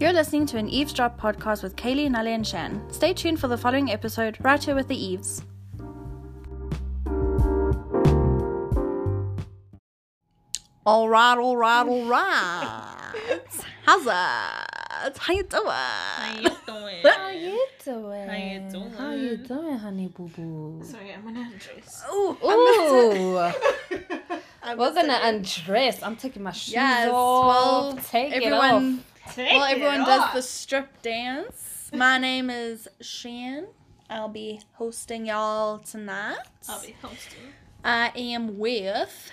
You're listening to an Eavesdrop podcast with Kaylee, Nale, and Shan. Stay tuned for the following episode, right here with the Eves. All right, all right, all right. How's that? How you doing? you doing? How you doing? doing? How you doing, honey boo boo? Sorry, I'm gonna undress. Oh, Ooh, I we're must gonna undress. I'm taking my shoes Yes, off. well, Take it Everyone, Take well, everyone it does off. the strip dance. My name is Shan. I'll be hosting y'all tonight. I'll be hosting. I am with. off.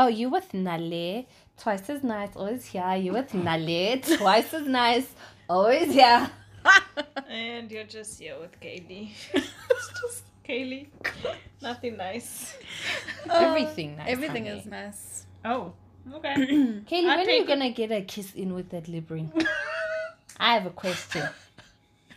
Oh, you with Nale? Twice as nice, always here. You with Nale? Twice as nice, always here. And you're just here with Kaylee. it's just Kaylee. Nothing nice. Everything nice. Oh, Everything honey. is nice. Oh, okay. I Kaylee, when are you take it- gonna get a kiss in with that lip ring? I have a question.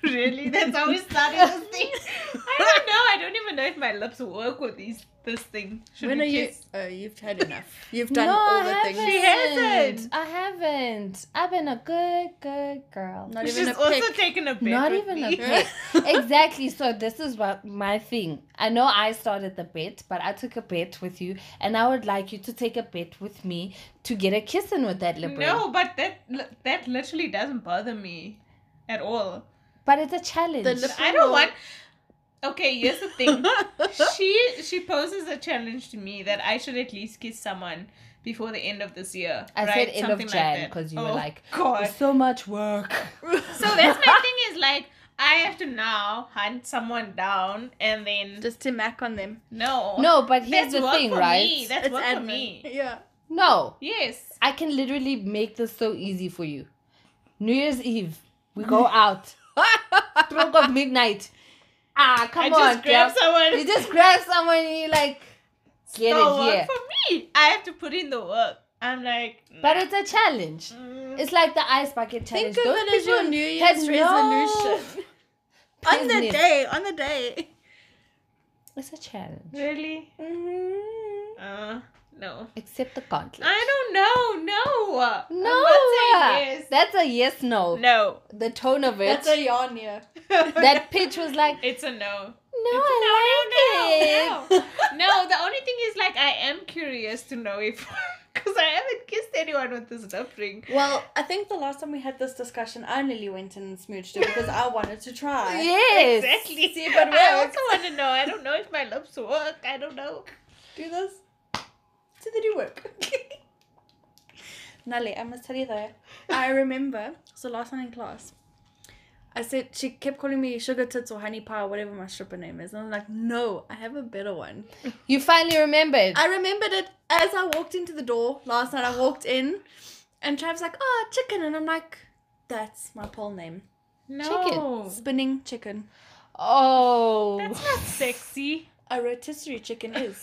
really? That's how we started this thing? I don't know. I don't even know if my lips work with these, this thing. Should When we are you? kiss? Oh, you've had enough. You've done no, all the I haven't. things. hasn't. I haven't. I've been a good, good girl. Not She's even a also pick. taking a bit. Not with even a me. pick. exactly. So this is what my thing. I know I started the bet, but I took a bet with you, and I would like you to take a bet with me to get a kiss in with that lip ring. No, but that li- that literally doesn't bother me at all. but it's a challenge. The lip- I don't Oh. want. Okay, here's the thing. she she poses a challenge to me that I should at least kiss someone before the end of this year. I right? said end Something of like Jan that. because you Oh, were like, God. "There's so much work. So that's my thing is like I have to now hunt someone down and then Just to mac on them. no No, but That's here's the work thing, for right? Me. That's It's work admin. for me. Yeah. No, Yes. I can literally make this so easy for you. New Year's Eve, we go out. Stroke of midnight. Ah, come I on, just grab girl. someone. You just grab someone and you like get no it work here. for me. I have to put in the work. I'm like But it's a challenge. mm, It's like the ice bucket challenge. Think of Those it as your people New had Year's no resolution. On the business. day, on the day. It's a challenge. really Mm. Mm-hmm. uh no. Accept the conflict. I don't know. No. no, I'm not saying yes. that's a yes no. No. The tone of it. That's a yarn, yeah. that pitch was like, It's a no. no, It's a I no, like no, it. no. No, the only thing is like I am curious to know if because I haven't kissed anyone with this lip ring. Well, I think the last time we had this discussion, I nearly went in and smooched it because I wanted to try. Yes. Exactly. See if it I works. also want to know. I don't know if my lips work. I don't know. Do this. So they do work. Nally, I must tell you though, I remember, so last time in class, I said, she kept calling me Sugar Tits or Honey Pie or whatever my stripper name is. And I was like, no, I have a better one. You finally remembered. I remembered it as I walked into the door last night. I walked in, and Trav's like, "Oh, chicken," and I'm like, "That's my pole name, No. spinning chicken." oh. That's not sexy. A rotisserie chicken is.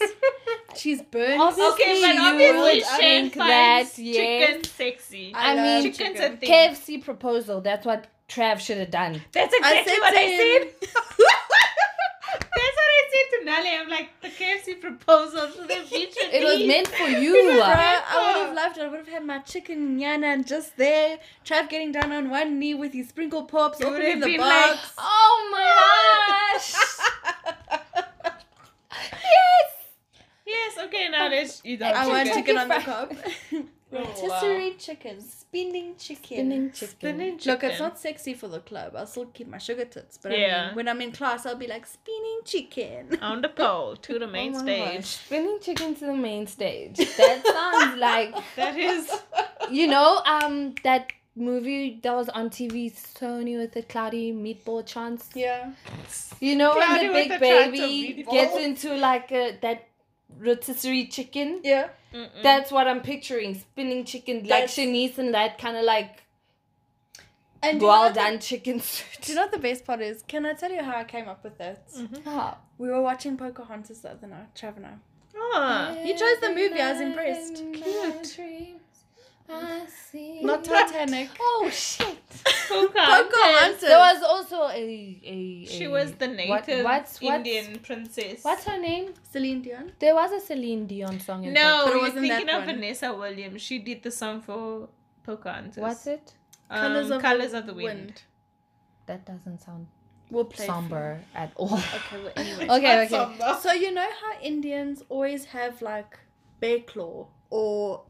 She's burned. Obviously, Okay, but you obviously would Shane think finds that, chicken yes. sexy. I love mean, Chicken's a thing. KFC proposal. That's what Trav should have done. That's exactly said what to I him- said. That's what I said to Nale. I'm like, the KFC proposal to the beach. It was meant for you. uh. Bruh, I would have loved it. I would have had my chicken yana just there. Trav getting down on one knee with his sprinkle pops, would opening have the been like, box. Oh my gosh! yes! Yes, okay, now let's eat I our chicken. want Chicken chicken on the fried- cup. wow. rotisserie chicken, spinning chicken. Spinning chicken. Spinach Look, it's chicken. not sexy for the club. I'll still keep my sugar tits, but I Yeah. mean, when I'm in class, I'll be like spinning chicken. on the pole to the main Oh my gosh. stage. Spinning chicken to the main stage. That sounds like That is you know um that movie that was on TV, Sony with the cloudy meatball chance. Yeah. You know when Cloudy the with big the chance of baby meatballs. gets into like a, that rotisserie chicken. Yeah. Mm. Mm-mm. That's what I'm picturing. Spinning chicken, That's- like Shanice and that kind of like And do you know well what the- done chicken do you suit. know what the best part is? Can I tell you how I came up with that? We were watching Pocahontas the other night, Trav and I. Ah, You chose the movie, I was impressed. Cute. I see. Not Titanic. Oh shit! Pocahontas. Pocahontas. There was also a, a, She a- was the what- native what's- what's- Indian princess. What's her name? Celine Dion. There was a Celine Dion song. in No, But it you're wasn't that thinking of one. Vanessa Williams. She did the song for Pocahontas. Pocahontas. what's it? Um, Colours Colors, of of, the the Wind. Wind. That doesn't sound We'll play. for somber at all. you. Okay, well, anyway. okay, That's okay. somber. So you know how Indians always have like bear claw or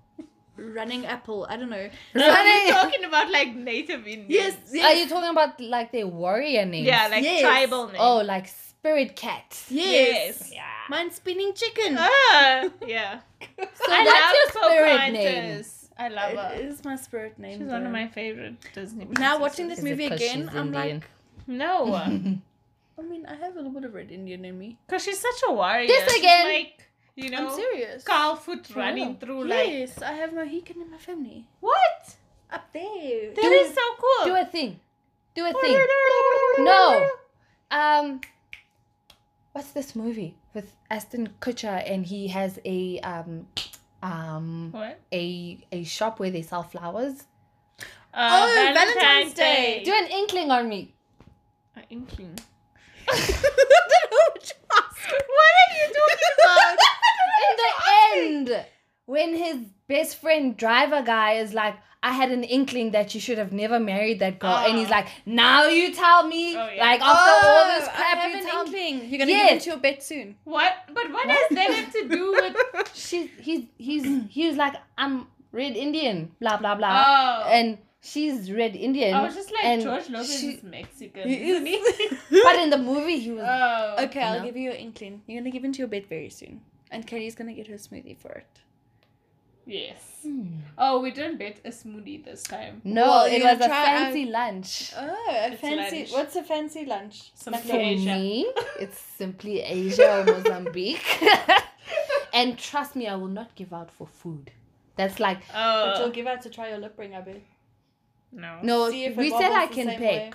running apple. I don't know. Are Running- we talking about like native Indians? Yes, yes, Are you talking about like their warrior names? Yeah, like Yes. tribal names. oh, like spirit cat. yes. yes. Yeah. Mine's spinning chicken. Oh, Ah, yeah. So I that's love your spirit name. Pocahontas. I love it her. is my spirit name. She's one though. of my favorite Disney. Now princesses. watching this Is it movie 'cause again, she's I'm Indian? like, No, I mean, I have a little bit of red Indian in me. because she's such a warrior. This She's again. like you know, I'm serious. Cowfoot running through like yes, I have Mohican in my family. what? Up there. That is so cool. Do a thing. Do a thing. No. Um, what's this movie with Aston Kutcher and he has a um, um, What? a a shop where they sell flowers? Uh, Oh, Valentine's Day. Do an inkling on me. An inkling. What are you talking about? In the end, when his best friend driver guy is like, I had an inkling that you should have never married that girl, and he's Ah. like, now you tell me, Oh, yeah. like after all this crap, Oh, I have you an tell me. inkling. You're gonna Yes. get into your bed soon. What? But what has that have to do with? She, he's, he's, he was like, I'm red Indian, blah blah blah, Oh, and she's red Indian. I was just like and George Lopez she- is Mexican. He isn't he? but in the movie, he was. Uh, oh, Okay, I'll No. give you your inkling. You're gonna give into your bed very soon. And Katie's gonna get her smoothie for it. yes. Hmm. Oh, we didn't bet a smoothie this time. no, Well, it you was a try- fancy lunch. Oh, a It's fancy. lunch. What's a fancy lunch? Some Like For a- Asia. me, it's simply Asia or Mozambique. and trust me, I will not give out for food. That's like But you'll Oh give out to try your lip ring, I bet. no. no. See if We it said I wobbles the can same Mm, pick.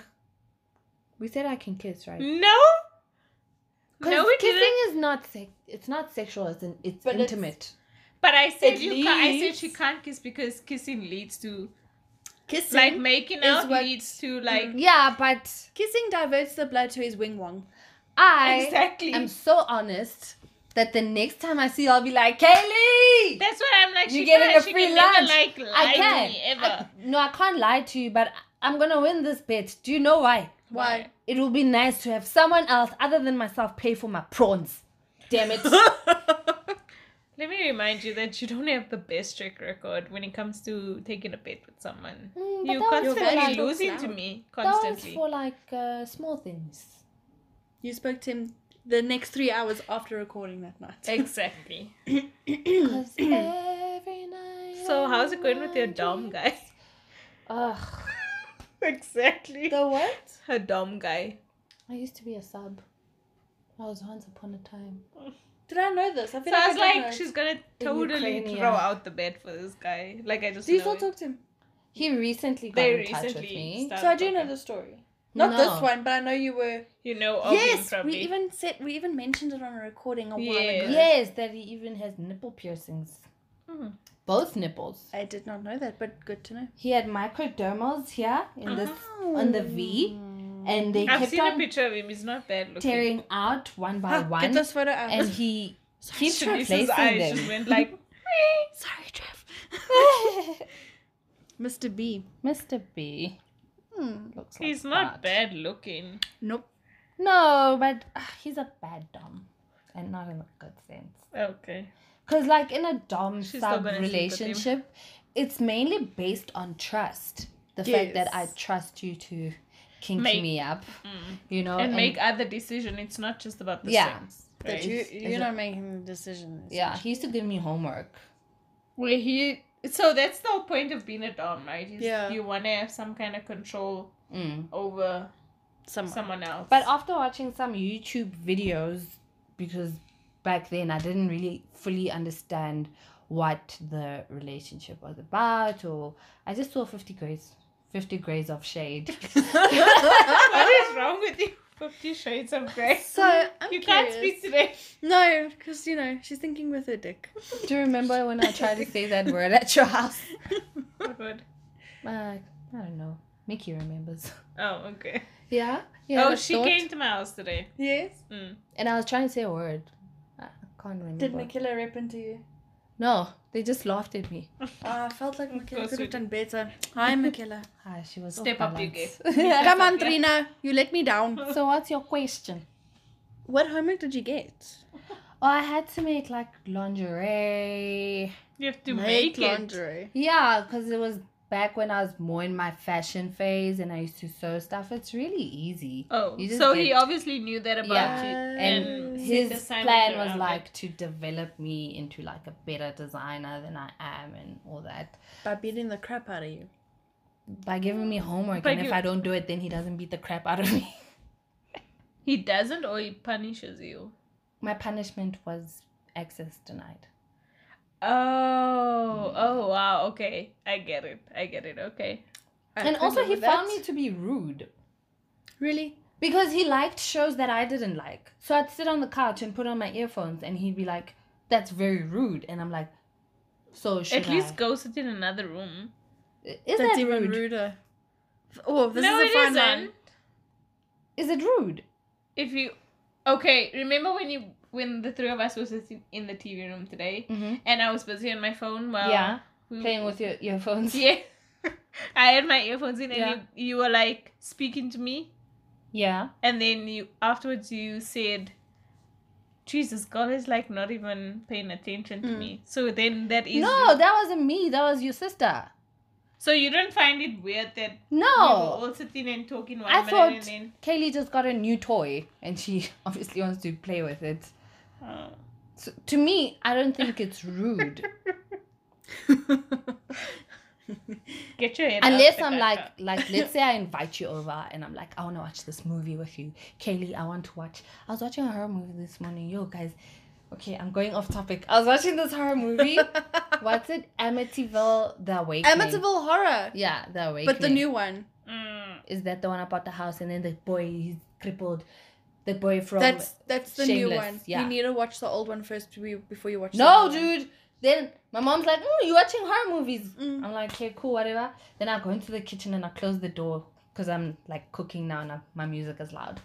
We said I can kiss, right? No. No, we kissing didn't. is not sex. It's not sexual. It's an, it's But it's- intimate. But I said It you. Ca- I said leads- she can't kiss because kissing leads to Kissing. like making out what- leads to like Yeah, but Kissing diverts the blood to his wing wong. I exactly. am so honest that the next time I see, you, I'll be like, Kaylee. That's why I'm like You're she getting can't- a she free can never, lunch. like lie I to me can. ever. I, no, I can't lie to you, but I'm gonna win this bet. Do you know why? Why? It will be nice to have someone else other than myself pay for my prawns. Damn it. Mm, Let me remind you that you don't have the best track record when it comes to taking a bet with someone. Mm, but you that was constantly for, like, losing loud. to me. That was Constantly. for like uh, small things. You spoke to him the next three hours after recording that night. Exactly. 'Cause every night. So how's it going with your dom guy? Ugh. exactly. The what? Her dom guy. I used to be a sub. I was once upon a time. Did I know this? I So feel I like was I don't like, know. she's gonna In totally Ukraine, throw yeah. out the bed for this guy. Like I just. Do you know still it. talk to him? He recently got They in touch with recently. me. started So I do know talking. the story. Not this No. one, but I know you were. You know. Of him yes, probably. we even said we even mentioned it on a recording a while Yeah. ago. Yes, that he even has nipple piercings. Mm. Both nipples. I did not know that, but good to know. He had microdermals here in this on the V, and they I've kept seen a on picture of him. He's not bad looking. tearing out one by Ah, Get one, this photo out. and he keeps Shanice's replacing eyes just them. went like. Sorry, Trev. Mr. B. Mr. B Hmm. looks like He's not that. bad looking. Nope. No, but uh, he's a bad dom, and not in a good sense. Okay. Because, like, in a dom She's still sub gonna sleep with him. relationship, it's mainly based on trust. The fact that I Yes. trust you to kink Make- Mm. me up, you know, and make other decision. It's not just about the Oh, Yeah. sex. That right? you, is you're it- not making the decision. yeah. He used to give me homework. Well, he. So that's the whole point of being a dom, right? Is Yeah. You want to have some kind of control Mm. over Someone. someone else. But after watching some YouTube videos, because back then I didn't really fully understand what the relationship was about, or I just saw Fifty Grades, Fifty Grades of Shade. what is wrong with you? Fifty Shades of Grey. So I'm you curious. can't speak today. No, because you know she's thinking with her dick. Do you remember when I tried to say that word at your house? Oh, good. Uh, I don't know. Mickey remembers. Oh, okay. Yeah. Yeah. oh, she came to my house today. Yes. Mm. And I was trying to say a word. I can't remember. Did Michaela rip into you? No, they just laughed at me. Oh, I felt like Michaela course could we have done better. Hi, Michaela. Ah, she was off Step up your balance. Come on, Trina. You let me down. so what's your question? What homework did you get? Oh, I had to make like lingerie. You have to make, it. laundry. Yeah, because it was back when I was more in my fashion phase and I used to sew stuff. It's really easy. Oh, You just so get- he obviously knew that about Yeah. you. And Mm, And his set the sign plan up was around like to develop me into like a better designer than I am and all that By beating the crap out of you. by giving me homework. By and if give- I don't do it, then he doesn't beat the crap out of me. He doesn't, or he punishes you. my punishment was access denied. Oh, oh wow. Okay, I get it. I get it. Okay. I and couldn't also, live he with that. found me to be rude. Really? Because he liked shows that I didn't like. So I'd sit on the couch and put on my earphones and he'd be like, That's very rude and I'm like, So should At least I? go sit in another room. Is That's that even rude? ruder. Oh, this no, is a it fine isn't. line. Is it rude? If you, okay, remember when you when the three of us were sitting in the TV room today, Mm-hmm. and I was busy on my phone while yeah. we, Playing with your earphones. Mm. yeah. I had my earphones in, and Yeah. you, you were like speaking to me, Yeah. and then you afterwards you said. Jesus, God is like not even paying attention to Mm. me. So then that is No, that wasn't me. That was your sister. So you don't find it weird that we No. were all sitting and talking one I minute thought- and then Kaylee just got a new toy and she obviously wants to play with it. oh. So, to me, I don't think it's rude. get your head out Unless the I'm like, gutter. like, let's say I invite you over and I'm like, I want to watch this movie with you, Kaylee. I want to watch. I was watching a horror movie this morning. Yo, guys. Okay, I'm going off topic. I was watching this horror movie. What's it? Amityville: The Awakening. Amityville horror. Yeah, The Awakening. But the new one. Mm. is that the one about the house and then the boy he's crippled. The boy from That's that's the new Shameless, one. yeah. You need to watch the old one first to be- before you watch. the No, new one. dude. Then my mom's like, mm, "You watching horror movies?" Mm. I'm like, "Okay, cool, whatever." Then I go into the kitchen and I close the door because I'm like cooking now and I, my music is loud.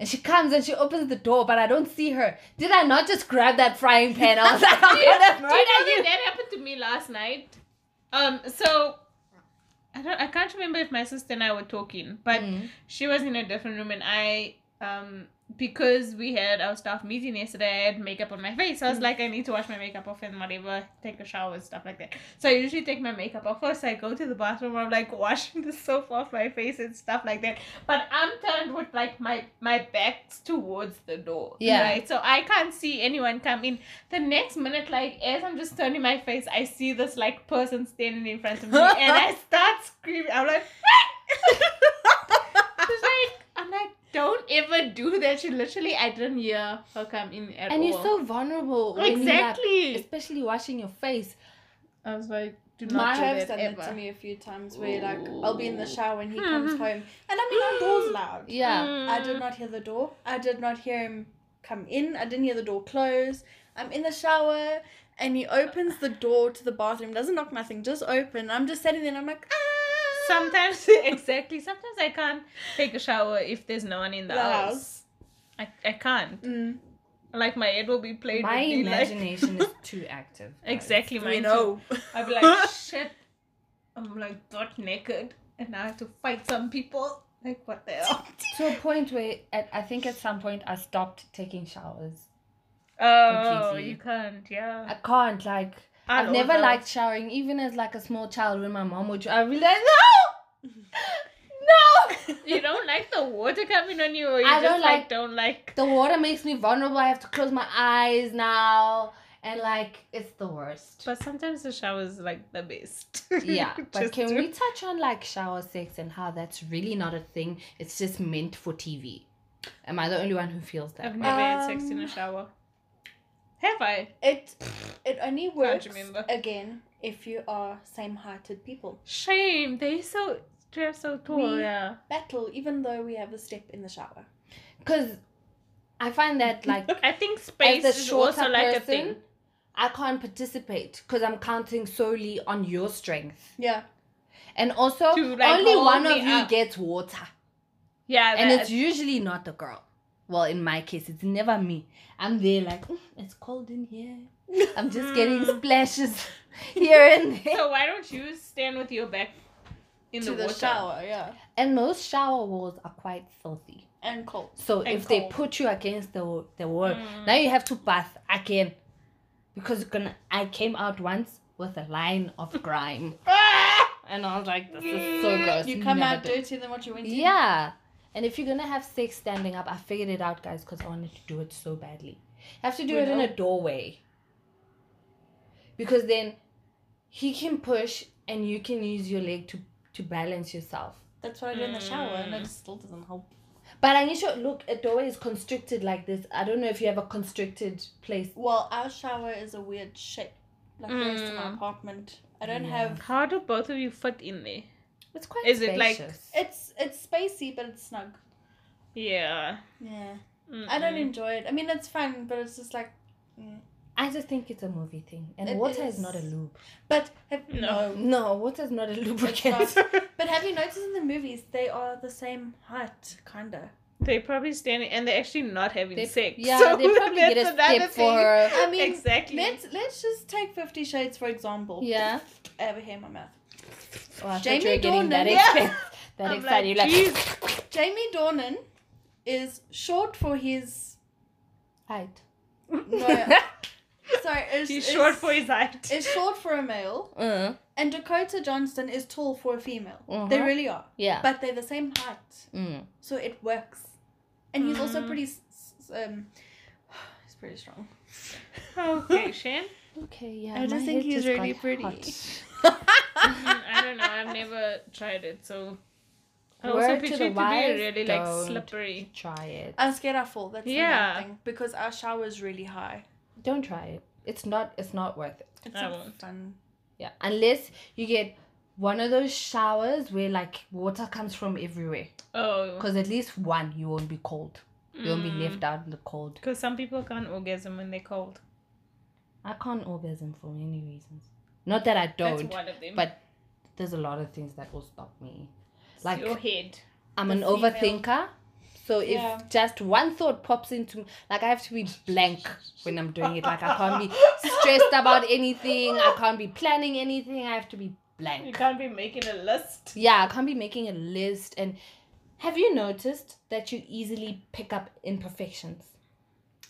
And she comes and she opens the door, but I don't see her. Did I not just grab that frying pan? I was like, "Oh, "I'm gonna Do you know murder that, you." that happened to me last night? Um, so I don't I can't remember if my sister and I were talking, but Mm. she was in a different room and I um because we had our staff meeting yesterday, I had makeup on my face. I Mm. was like, I need to wash my makeup off and whatever, take a shower and stuff like that. So I usually take my makeup off first. I go to the bathroom. I'm like washing the soap off my face and stuff like that. But I'm turned with like my my back's towards the door. Yeah. Right. So I can't see anyone come in. The next minute, like as I'm just turning my face, I see this like person standing in front of me, and I start screaming. I'm like. She's like, I'm like, don't ever do that. She literally, I didn't hear her come in at And all. you're so vulnerable. when you're, like, exactly. especially washing your face. I was like, do My not do hub's that done ever. that to me a few times where like I'll be in the shower and he comes home and I mean our door's loud. Yeah. I Mm. did not hear the door. I did not hear him come in. I didn't hear the door close. I'm in the shower and he opens the door to the bathroom. Doesn't knock nothing, just open. I'm just sitting there and I'm like, ah. Sometimes, exactly. Sometimes I can't take a shower if there's no one in the, The house. house. I, I can't. Mm, Like, my head will be played My with. me, like- imagination is too active. guys. exactly, we mine too. oh. know. I'd be like, shit. I'm like, butt naked. And I have to fight some people. Like, what the hell? to a point where at, I think at some point I stopped taking showers. Oh, Completely. you can't, yeah. I can't like I I've know never that. liked showering, even as like a small child when my mom would. I realized no, no. You don't like the water coming on you, or you I just don't like, like- don't like. The water makes me vulnerable. I have to close my eyes now, and like it's the worst. But sometimes the shower is like the best. yeah, but Just can do- we touch on like shower sex and how that's really not a thing? It's just meant for TV. Am I the only one who feels that? I've way? never had sex in a Um, shower. Have I? It it only works remember. again if you are same-hearted people. Shame. They so they're so tall. We- Yeah. Battle, even though we have a step in the shower. Because I find that like I think space as a is shorter also like a person, thing. I can't participate because I'm counting solely on your strength, Yeah. and also To, like, only hold one me of you up. gets water, Yeah. and that- it's usually not the girl. Well, in my case, it's never me. I'm there like "Mm, it's cold in here. I'm just getting splashes here and there. So why don't you stand with your back in to the, the water? shower, yeah. And most shower walls are quite filthy. And cold. So And if they cold. put you against the the wall, Mm. now you have to bath again, because you're gonna. I came out once with a line of grime, Ah! and I was like, "This is so gross." You come never out do- dirtier than what you went in. Yeah. And if you're gonna have sex standing up, I figured it out, guys, because I wanted to do it so badly. I have to do We it in know. a doorway. Because then he can push and you can use your leg to, to balance yourself. That's what I do in the shower, and Mm. it still doesn't help. But I need to look, a doorway is constricted like this. I don't know if you have a constricted place. Well, our shower is a weird shape, like the rest of my Mm. apartment. I don't Yeah. have. How do both of you fit in there? It's quite Is it like- spacious. It's it's spacey, but it's snug. Yeah. Yeah, I don't enjoy it. I mean, it's fun, but it's just like. mm. I just think it's a movie thing. And It water is. is. not a lube. But have, No. no. No, water is not a lubricant. Mm. But have you noticed in the movies they are the same height, kinda? they probably standing and they're actually not having They- sex. yeah, so they probably get that's a another step thing. for her. I mean, exactly. let's let's just take Fifty Shades for example. Yeah. I have a hair in my mouth. Oh, I Jamie thought you were getting Dornan. that Yeah. expensive. That I'm excited. You're like, like, "Jeez." Jamie Dornan is short for his. height. No, sorry, is, He's is- short for his height. Is short for a male, Mm, and Dakota Johnston is tall for a female. They mhm. really are, yeah. but they're the same height, Mm. so it works. And he's also Mm. pretty. s- s- Um, he's pretty strong. Okay, Shan. Okay, yeah. I my just think head he's got really pretty. Mm, I don't know. I've never tried it, so. I Word also to picture the it to be wise, really don't. like slippery. Try it. I'm scared I fall. That's the Yeah. main thing because our shower is really high. Don't try it. It's not. It's not worth it. It's I not won't. fun. Yeah. Unless you get one of those showers where like water comes from everywhere. Oh, Because at least one, you won't be cold. You won't be left out in the cold. Because some people can't orgasm when they're cold. I can't orgasm for many reasons. Not that I don't. That's one of them. but There's a lot of things that will stop me. It's Like your head. I'm The an female. overthinker. So if Yeah. just one thought pops into me, like I have to be blank when I'm doing it. Like I can't be stressed about anything. I can't be planning anything. I have to be You blank. can't be making a list. Yeah, I can't be making a list. And have you noticed that you easily pick up imperfections?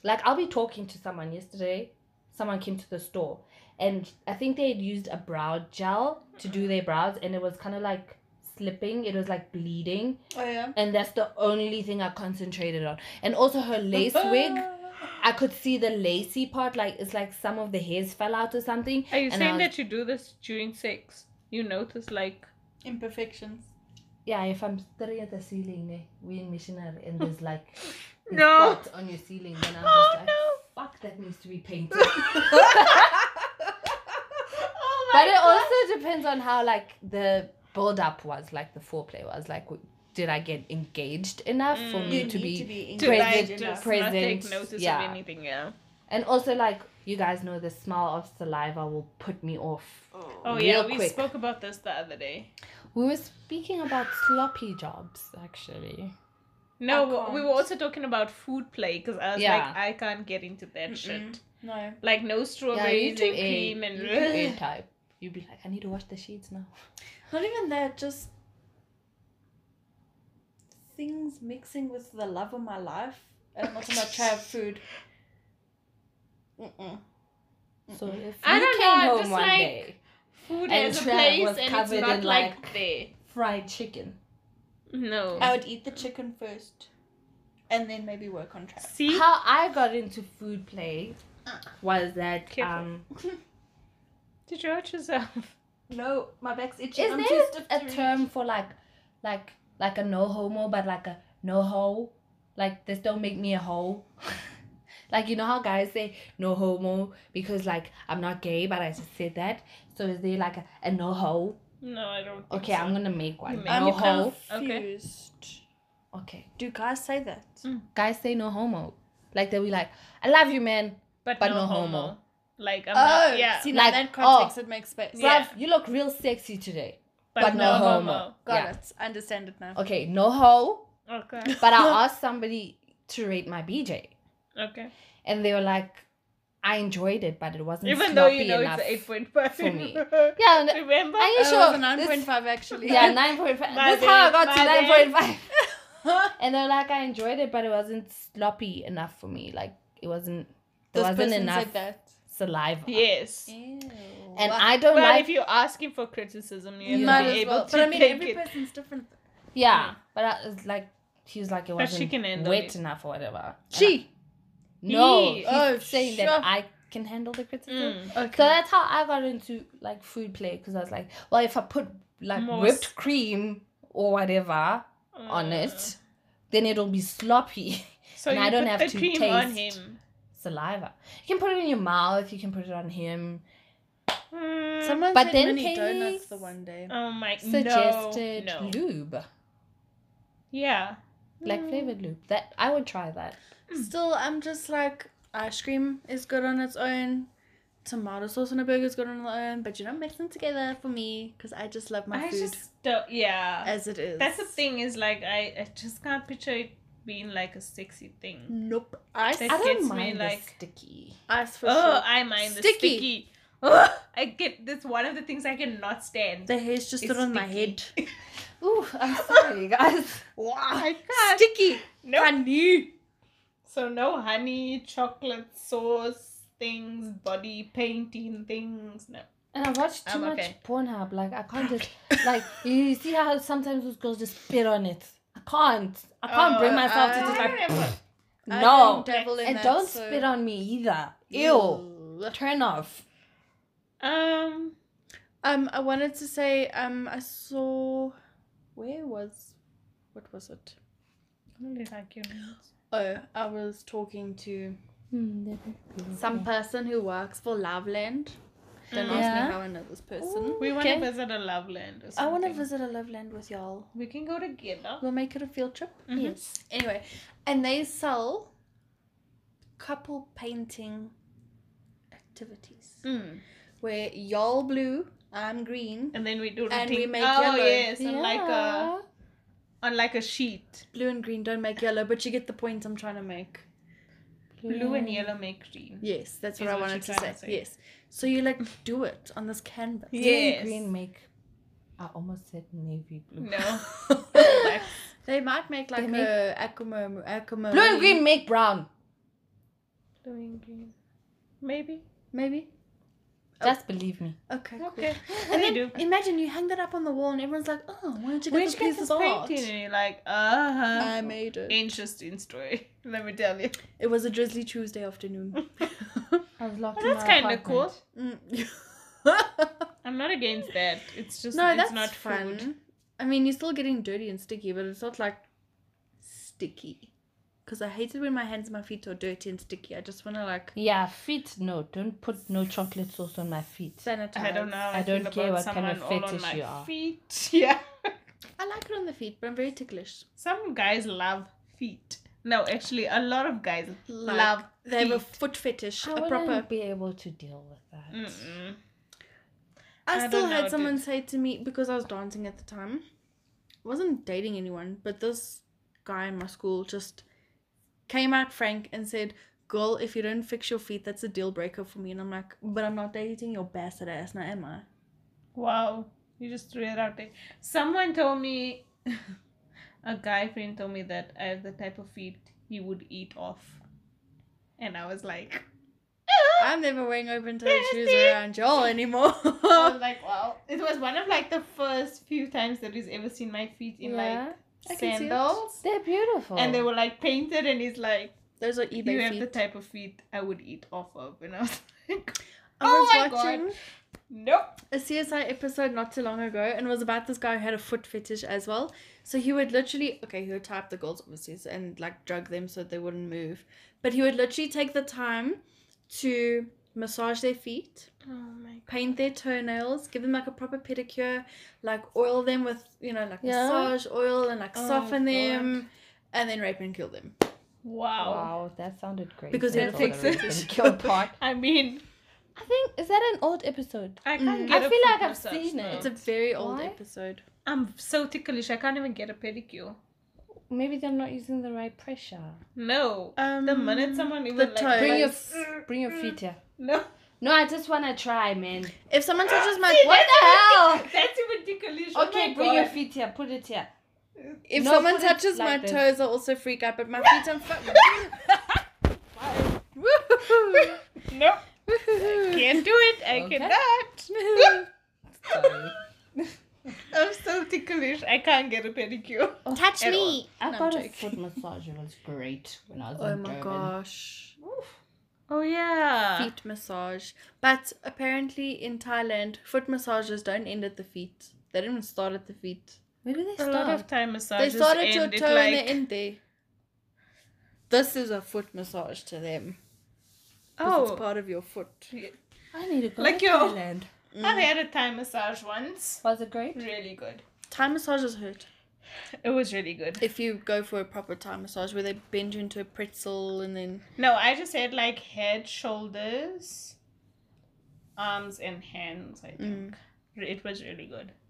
Like I'll be talking to someone yesterday. Someone came to the store, and I think they had used a brow gel to do their brows, and it was kind of like slipping. It was like bleeding Oh yeah. and that's the only thing I concentrated on. And also her lace wig, I could see the lacy part, like it's like some of the hairs fell out or something. Are you And I saying was- that you do this during sex? You notice like Imperfections. Yeah, if I'm staring at the ceiling, eh, we in missionary, and there's like there's No. spots on your ceiling, then I'm just Oh like, no! fuck, that needs to be painted. Oh my but it also depends on how like the build up was, like the foreplay was, like w- did I get engaged enough for Mm. me You to need be to be to like engaged present- enough. just not take present, notice yeah. of anything. Yeah. And also, like, you guys know the smell of saliva will put me off. Oh Real yeah, we quick. spoke about this the other day. We were speaking about sloppy jobs, actually. I No, w- we can't. were also talking about food play because I was Yeah. like, I can't get into that shit. No. Like no strawberries and cream A, and you do A type. You'd be like, I need to wash the sheets now. Not even that, just things mixing with the love of my life. And not so much have food. Mm-mm. So if I you don't came know, home just one like- day, food And has a Trav place was and it's covered not in, like, like- Uh, there. fried chicken. No. I would eat the chicken first and then maybe work on track. See? How I got into food play was that Uh. Careful. um, Did you hurt yourself? No, my back's itching. is I'm there too stiff a to reach. term for like, like, like a no homo, but like a no ho, like this don't make me a hoe. like you know how guys say no homo because like I'm not gay, but I just said that. So is there like a, a no ho? No, I don't. think Okay, so. I'm gonna make one. Make I'm No ho. confused. Okay, Do guys say that? Mm, guys say no homo. Like they'll be like, I love you, man. But, but no, no homo. homo. Like, I'm oh, not, yeah. oh. see, now Like, that context, it makes sense. Yeah. Bruv, you look real sexy today. But, but no, no homo. homo. Got Yeah. it. I understand it now. Okay, no ho. Okay. But I asked somebody to rate my BJ, Okay. and they were like, I enjoyed it, but it wasn't Even though you sloppy know enough. it's an eight point five for me. Remember? yeah, and- are you Oh, sure? it was a nine This- point five actually. yeah, nine point five. My That's how I bad, got to my nine bad. point five. And they're like, I enjoyed it, but it wasn't sloppy enough for me. Like it wasn't. this There wasn't person enough said that. saliva. Um, Yes. Ew. And Wow. I don't But like. if you're asking for criticism, you You have might to as be able well. to But I mean, take every it. person's different. yeah, but I was like, he was like, it But she wasn't can handle wet it. enough or whatever. And She. I- no, He. he's Oh, saying sure. that I can handle the criticism. Mm. Okay. So that's how I got into like food play because I was like, well, if I put like More s- whipped cream or whatever Hmm. on Mm. it, then it'll be sloppy So and you I don't put have the to cream on taste. him. saliva. You can put it in your mouth. You can put it on him. Mm. Someone But said then mini can donuts you the one day. oh my Suggested no, no. lube, Yeah. Mm. like flavored lube. That I would try that. Still, I'm just like ice cream is good on its own. Tomato sauce on a burger is good on its own, but you don't mix them together for me because I just love my I food just don't. Yeah. as it is. That's the thing is like I, I just can't picture it being like a sexy thing. Nope. Ice. That- It I gets don't me, mind the like- sticky. Ice for Oh, sure. I mind the Sticky. sticky. Ugh, I get that's one of the things I cannot stand. The hair's just It's stood on my head. sticky. Ooh, I'm sorry, guys. Wow. I can't. Sticky. No. Honey. So no honey, chocolate sauce things, body painting things. No. And I watch too I'm much okay. Pornhub. Like I can't just like you see how sometimes those girls just spit on it. I can't. I can't Oh, bring myself to I- just I like don't have I no. don't dabble in And that, don't so- spit on me either. Ew. Turn off. a- um. Um, I wanted to say, um, I saw. Where was. What was it? what did I get? Oh, I was talking to some person who works for Loveland. Don't Mm. ask Yeah. me how I know this person. We want Okay. to visit a love land. Or I want to something. visit a Loveland with y'all. Mm-hmm. We can go together. We'll make it a field trip. Mhm. Yes. Anyway, and they sell couple painting activities Mm. where y'all blue, I'm green, And then we do the And we thing- make oh, yellow. yes, on like uh, a on like a sheet. blue and green don't make yellow, but you get the point I'm trying to make. Blue and yellow make green. Yes, that's what Is I what wanted to you're say. trying to say. Yes. So you like do it on this canvas. Yeah. Blue and Yes. green make. I almost said navy blue. No. They might make like They make- a akumo akumo. Blue and green make brown. Blue and green. Maybe. maybe. Just believe me. Okay. cool. Okay. And They then do. imagine you hang that up on the wall and everyone's like, "Oh, why don't you get Which this Oh. gets piece is of art?" painting? And you're like, uh huh. I made it. Interesting story. Let me tell you. It was a drizzly Tuesday afternoon. I was locked Well, that's kind of cool. Mm. I'm not against that. It's just no, it's that's not fun. food. I mean, you're still getting dirty and sticky, but it's not like sticky. Because I hate it when my hands and my feet are dirty and sticky. I just want to like Yeah, feet. No, don't put no chocolate sauce on my feet. sanitize. I don't know. how I don't feel care about what kind of someone all on fetish my you are. Feet. Yeah. I like it on the feet, but I'm very ticklish. Some guys love feet. No, actually, a lot of guys Like, love. They have a feet. foot fetish, I a wouldn't proper. be able to deal with that. Mm-mm. I I don't still know, had dude. someone say to me because I was dancing at the time. wasn't dating anyone, but this guy in my school just came out frank and said, "Girl, if you don't fix your feet, that's a deal breaker for me." And I'm like, "But I'm not dating your bastard ass now, am I?" Wow, you just threw it out there. Someone told me, a guy friend told me that I have the type of feet he would eat off, and I was like, I'm never wearing open toed Yes, shoes see? around y'all anymore. I was like, wow. It was one of like the first few times that he's ever seen my feet in Yeah. I can like see it. sandals, They're beautiful. and they were like painted, and he's like, Those are you eBay have the feet. type of feet I would eat off of, and I was like, I was Oh my God. watching nope. a CSI episode not too long ago, and it was about this guy who had a foot fetish as well. So he would literally, okay, he would type the girls obviously so- and like drug them so they wouldn't move, but he would literally take the time to massage their feet, Oh my paint their toenails, give them like a proper pedicure, like oil them with you know like Yeah. massage oil and like Oh, soften them, and then rape and kill them. Wow. Wow, that sounded great. Because That's it all the fixes- reason killed part. I mean, I think is that an old episode? I can't Mm. get I a feel foot like I've massage seen now. it. It's a very old Why? episode. I'm so ticklish. I can't even get a pedicure. maybe they're not using the right pressure. No. Um, The minute someone even like toe. Mm. Bring your Yes. bring your feet here. no. No, I just wanna try, man. If someone touches my See, What the hell? That's even ticklish. Oh Okay, my bring your God. feet here. Put it here. if No, someone put it touches like my this. toes, I also freak out. But my feet are fucking. No. Can't do it. I Okay. cannot. I'm so ticklish. I can't get a pedicure. Touch At me. I No, I'm got a joking. foot massage. It was great when I was Oh in my Durban. gosh. Oh yeah. Feet massage. But apparently in Thailand, foot massages don't end at the feet. They don't even start at the feet. Maybe they A lot of stopped. time They massages start at your end at toe and they like end there. This is a foot massage to them. 'cause It's oh. part of your foot. I need to go Like to your- Thailand. I've had a Thai massage once. Was it great? Mm. Really good. Thai massages hurt. It was really good. If you go for a proper Thai massage where they bend you into a pretzel and then. No, I just had like head, shoulders, arms, and hands. I think it was really good.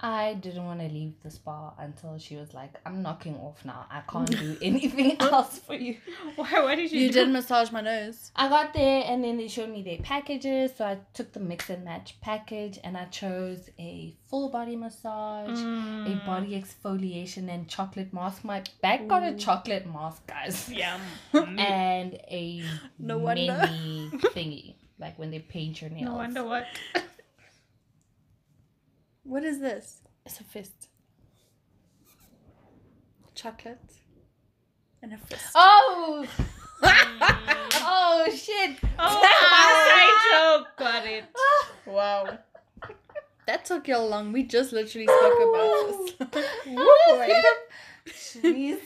I didn't want to leave the spa until she was like, I'm knocking off now. I can't do anything else for you. Why? What did you, You do? did massage my nose. I got there and then they showed me their packages. So I took the mix and match package and I chose a full body massage, Mm, Mm. a body exfoliation, and chocolate mask. My back got a chocolate mask, guys. Yeah. And a No wonder. mini thingy, like when they paint your nails. No wonder what. What is this? It's a fist. Chocolate. And a fist. Oh! oh, shit. Oh, Oh, I joke. Got it. Wow. That took you long. We just literally spoke about this. Jeez.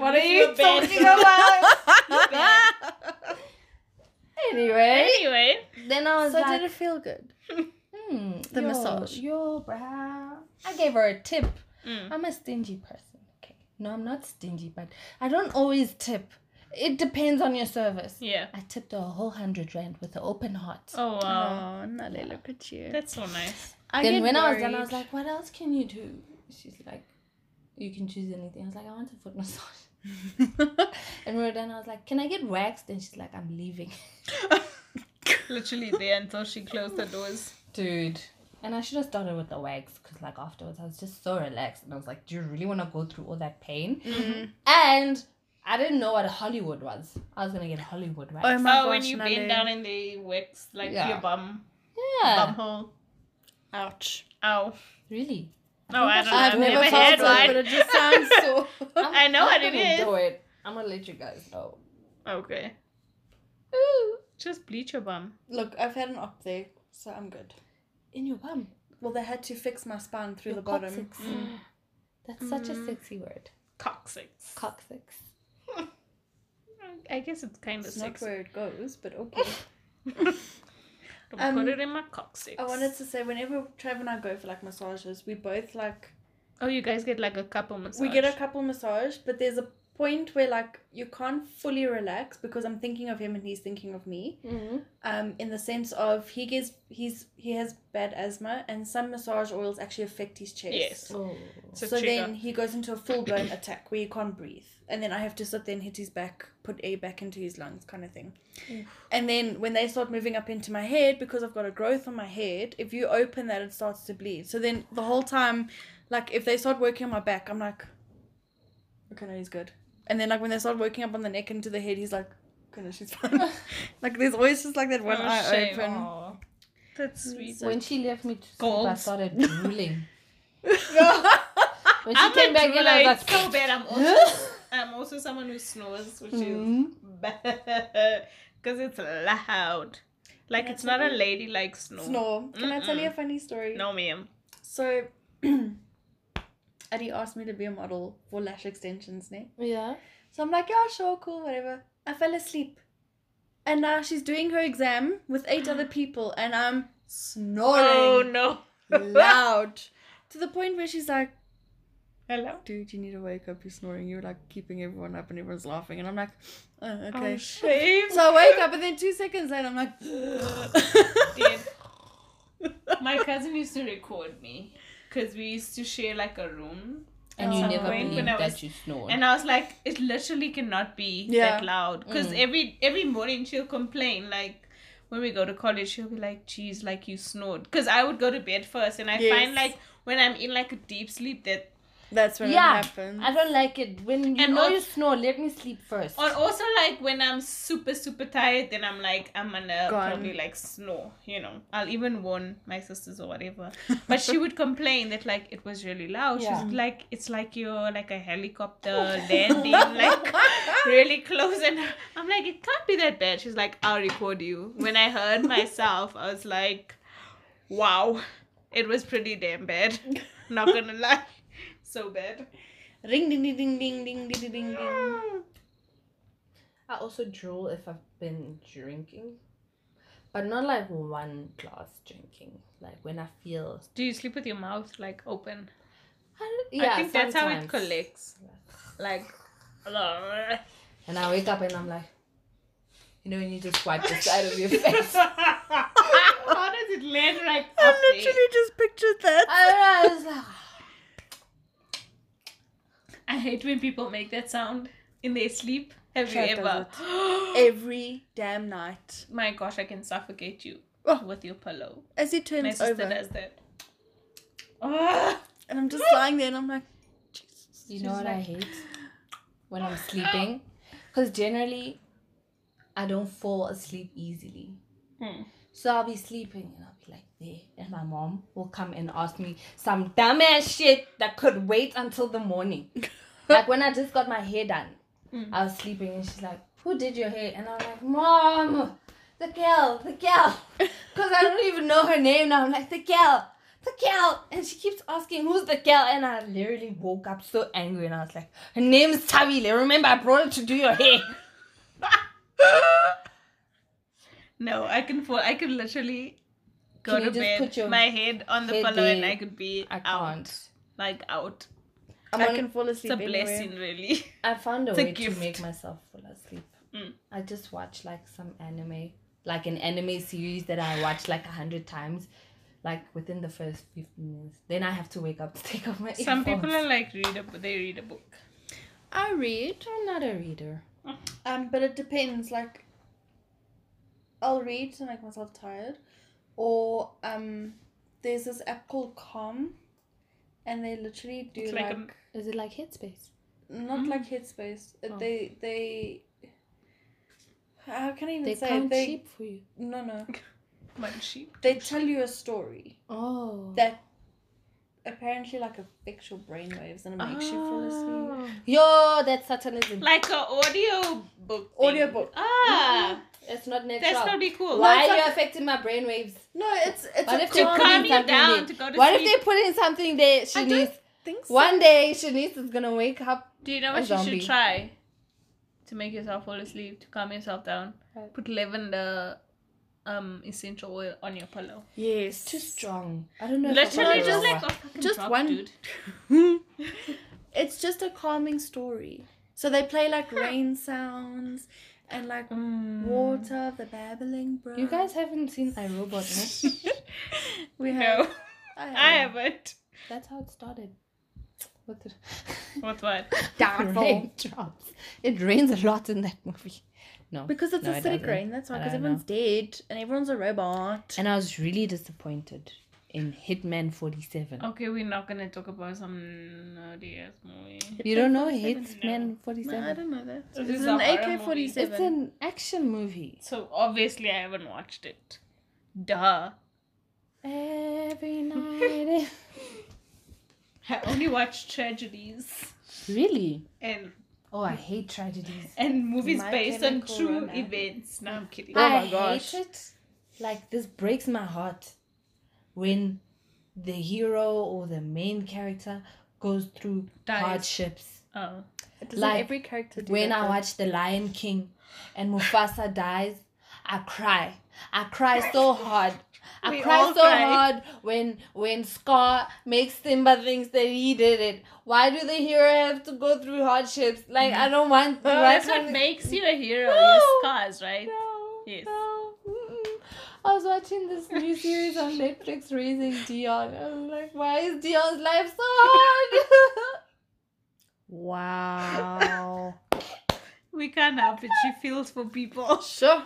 What are you talking Anyway. Anyway, Then I was so like, did it feel good? hmm, the yo, massage? Yo, bruh. I gave her a tip. Mm. I'm a stingy person. Okay. No, I'm not stingy, but I don't always tip. It depends on your service. yeah. I tipped her a whole hundred rand with an open heart. Oh wow, Oh, Nale, look at you. that's so nice. I then get when I was done, I worried. was like, what else can you do? She's like, you can choose anything. I was like, I want a foot massage. And we were done. I was like, can I get waxed? And she's like, I'm leaving. Literally there until she closed the doors. Dude. And I should have started with the wax because, like, afterwards I was just so relaxed. And I was like, do you really want to go through all that pain? And I didn't know what Hollywood was. I was going to get Hollywood wax. oh Oh, my gosh, when you Nale. bend down and they wax like Yeah. your bum, yeah. bum hole. Ouch. Ow. Really? No, I don't know. I've, I've never, never felt had it, but one. it just sounds so. I'm, I know I'm what it gonna is. do it. I'm going to let you guys know. Okay. Just bleach your bum. Look, I've had an op there, so I'm good. In your bum. Well, they had to fix my spine through the Your bottom. coccyx. Mm. That's such a sexy word. Coccyx. Coccyx. I guess it's kind of It's not sexy. where it goes, but okay. Don't Um, put it in my coccyx. I wanted to say, whenever Trav and I go for like massages, we both like Oh, you guys get like a couple massage. we get a couple massage, but there's a point where like you can't fully relax because I'm thinking of him and he's thinking of me. Mm-hmm. um, in the sense of he gets he's he has bad asthma and some massage oils actually affect his chest. Yes. Oh. It's a So, trigger. then he goes into a full blown attack where he can't breathe, and then I have to sit there and hit his back, put air back into his lungs, kind of thing. And then when they start moving up into my head because I've got a growth on my head, if you open that, it starts to bleed. So then the whole time, like if they start working on my back, I'm like, okay, no, he's good. And then like when they start working up on the neck into the head, he's like, okay, no, she's fine. like there's always just like that one Oh, eye shame. open. Aw. That's sweet. When she left me to sleep, I Gold. started drooling. when she I'm came a back in, I drooler. was It's like, so bad. I'm also, I'm also someone who snores, which Mm. "Mm." is bad because it's loud. Like it's not a lady like snore. Snore. Can I tell you a funny story? No, ma'am. So, Eddie asked me to be a model for lash extensions, ne? yeah. So I'm like, yeah, sure, cool, whatever. I fell asleep. And now she's doing her exam with eight other people, and I'm Oh snoring no. loud to the point where she's like, Hello. dude, you need to wake up, you're snoring. You're like keeping everyone up, and everyone's laughing. And I'm like, oh, Oh, okay. shame. so I wake up, and then two seconds later, I'm like, Dead. My cousin used to record me because we used to share like a room and you Some never point believe Oh. when I that was- you snored. And I was like, it literally cannot be Yeah. that loud. Because Mm. every every morning she'll complain. Like when we go to college, she'll be like, "Geez, like you snored." Because I would go to bed first, and I Yes. find like when I'm in like a deep sleep that, That's when Yeah. it happens. I don't like it when you And know not- you snore. Let me sleep first. or also like when I'm super super tired, then I'm like I'm gonna Gone. probably like snore. You know, I'll even warn my sisters or whatever. But she would complain that like it was really loud. Yeah. She's like, it's like you're like a helicopter landing like really close and I'm like, it can't be that bad. She's like, I'll record you. When I heard myself, I was like, wow, it was pretty damn bad. Not gonna lie. So bad. Ring ding ding ding ding ding ding ding ding. ding. I also drool if I've been drinking, but not like one glass drinking. Like when I feel, Do you sleep with your mouth like open? I don't- yeah, I think that's how it sometimes. collects. Like And I wake up and I'm like, you know, when you just wipe the side of your face. how does it land like I up there? literally just pictured that. I don't know. I was like, I hate when people make that sound in their sleep. Have Cat you ever? Every damn night. My gosh, I can suffocate you Oh. with your pillow. As it My turns sister over. does that. Ah, Ugh. And I'm just lying there and I'm like, You know what I hate when I'm sleeping? Because generally, I don't fall asleep easily. Hmm. So I'll be sleeping and I'll be like there, and my mom will come and ask me some dumbass shit that could wait until the morning. like when I just got my hair done, Hmm. I was sleeping and she's like, "Who did your hair?" And I'm like, "Mom, the girl, the girl," because I don't even know her name. And I'm like, "The girl." The girl, and she keeps asking who's the girl, and I literally woke up so angry, and I was like, "Her name's Tabile. Remember, I brought her to do your hair." No, I can fall. I can literally go Can you to just bed, put your my head on the head pillow, and there? I could be I out, can't. like out. I'm I gonna- can fall It's asleep a anywhere. blessing, really. I found a It's a way gift. to make myself fall asleep. Mm. I just watch like some anime, like an anime series that I watch like a hundred times, like within the first fifteen minutes. Then I have to wake up to take off my. Some people earphones. are like read a they read a book. I read, I'm not a reader. um, but it depends. Like, I'll read to make myself tired, or um, there's this app called Calm, and they literally do It's like, like a- Is it like Headspace? not Mm. like Headspace. Uh, Oh. They they. How can I even They say count it? They sheep for you. no no. One sheep. They tell you a story Oh. that apparently like affects your brainwaves and it makes you fall asleep. Yo, that's satanism. Ah. Like a audio book. thing. Audiobook. Ah, it's not natural. that's probably cool. Mm-hmm. Why No, it's are you like- affecting my brainwaves? No, it's it's What a if they To Calm calm. calm me you down, down baby. to go to What if sleep. they put in something there, I don't Shanice? think so. One day, Shanice is gonna wake up Do you know A what you zombie. should try to make yourself fall asleep, to calm yourself down? What? Put lavender um essential oil on your pillow. Yes. too strong. I don't know. if I Literally wanna just roll like up. a fucking Just drop, one. dude. Hmm. it's just a calming story. So they play like rain sounds and like Hmm. water, the babbling brook. You guys haven't seen iRobot, no? we No. have. I I haven't. That's how it started. What the What what? Doubtful. Raindrops. It rains a lot in that movie. No. Because it's No, it acidic doesn't. rain. That's why. I Because don't everyone's dead and everyone's a robot. And I was really disappointed in Hitman 47. Oh, Okay, we're not gonna talk about some nerdy ass movie. You don't know No. Hitman No, I 47? don't know that. This It's is an a horror AK forty it's seven. an action movie. So obviously I haven't watched it. Duh. Every night. I only watch tragedies really? and Oh, I hate Oh tragedies. and movies My based on Chemical true Romance. events. No, I'm kidding. Oh I my gosh. hate it. Like this breaks my heart when the hero or the main character goes through Dies. hardships. Oh. Like like, every character. Do When that I though? watch The Lion King and Mufasa dies, I cry. I cry so hard. I We cry all so cry. hard when when Scar makes Simba thinks that he did it. Why do the hero have to go through hardships? Like I don't want. why That's what can't- makes you a hero, No. your scars, right? No, Yes. no, mm-mm. I was watching this new series on Netflix, Raising Dion. I was like, why is Dion's life so hard? Wow. We can't help it. She feels for people. Sure.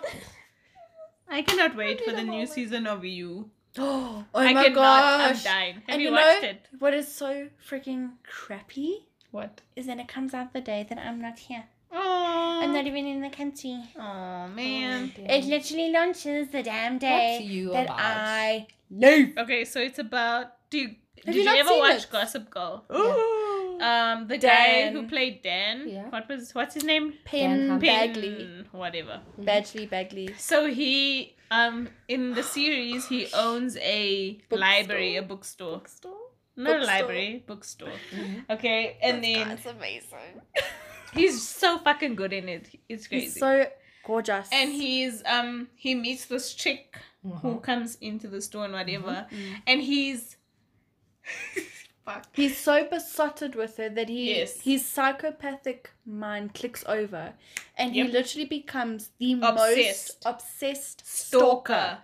I cannot wait for the new season of You. Oh I my cannot. I'm gosh. dying. Have And you, you know- watched it? What is so freaking crappy What? is that it comes out the day that I'm not here. Oh. I'm not e- even in the country. Oh man. It literally launches the damn What's day you that about? I leave. Okay, so it's about. Do you, did you you, not ever seen watch it? Gossip Girl? Ooh. Um, the Dan. guy who played Dan. Yeah. What was what's his name? Pin Mm-hmm. Dan Hunt. Bagley. Pin- Whatever. Bagley, Bagley. So he um in the series he owns a Bookstore. library, a bookstore. Not Bookstore. a library, bookstore. Mhm. Okay, and then That's amazing. he's so fucking good in it. It's crazy. He's so gorgeous. and he's um he meets this chick who Uh-huh. Mhm. comes into the store and whatever, Mm. and he's fuck. He's so besotted with her that he Yes. his psychopathic mind clicks over and Yep. he literally becomes the Obsessed. most obsessed Stalker.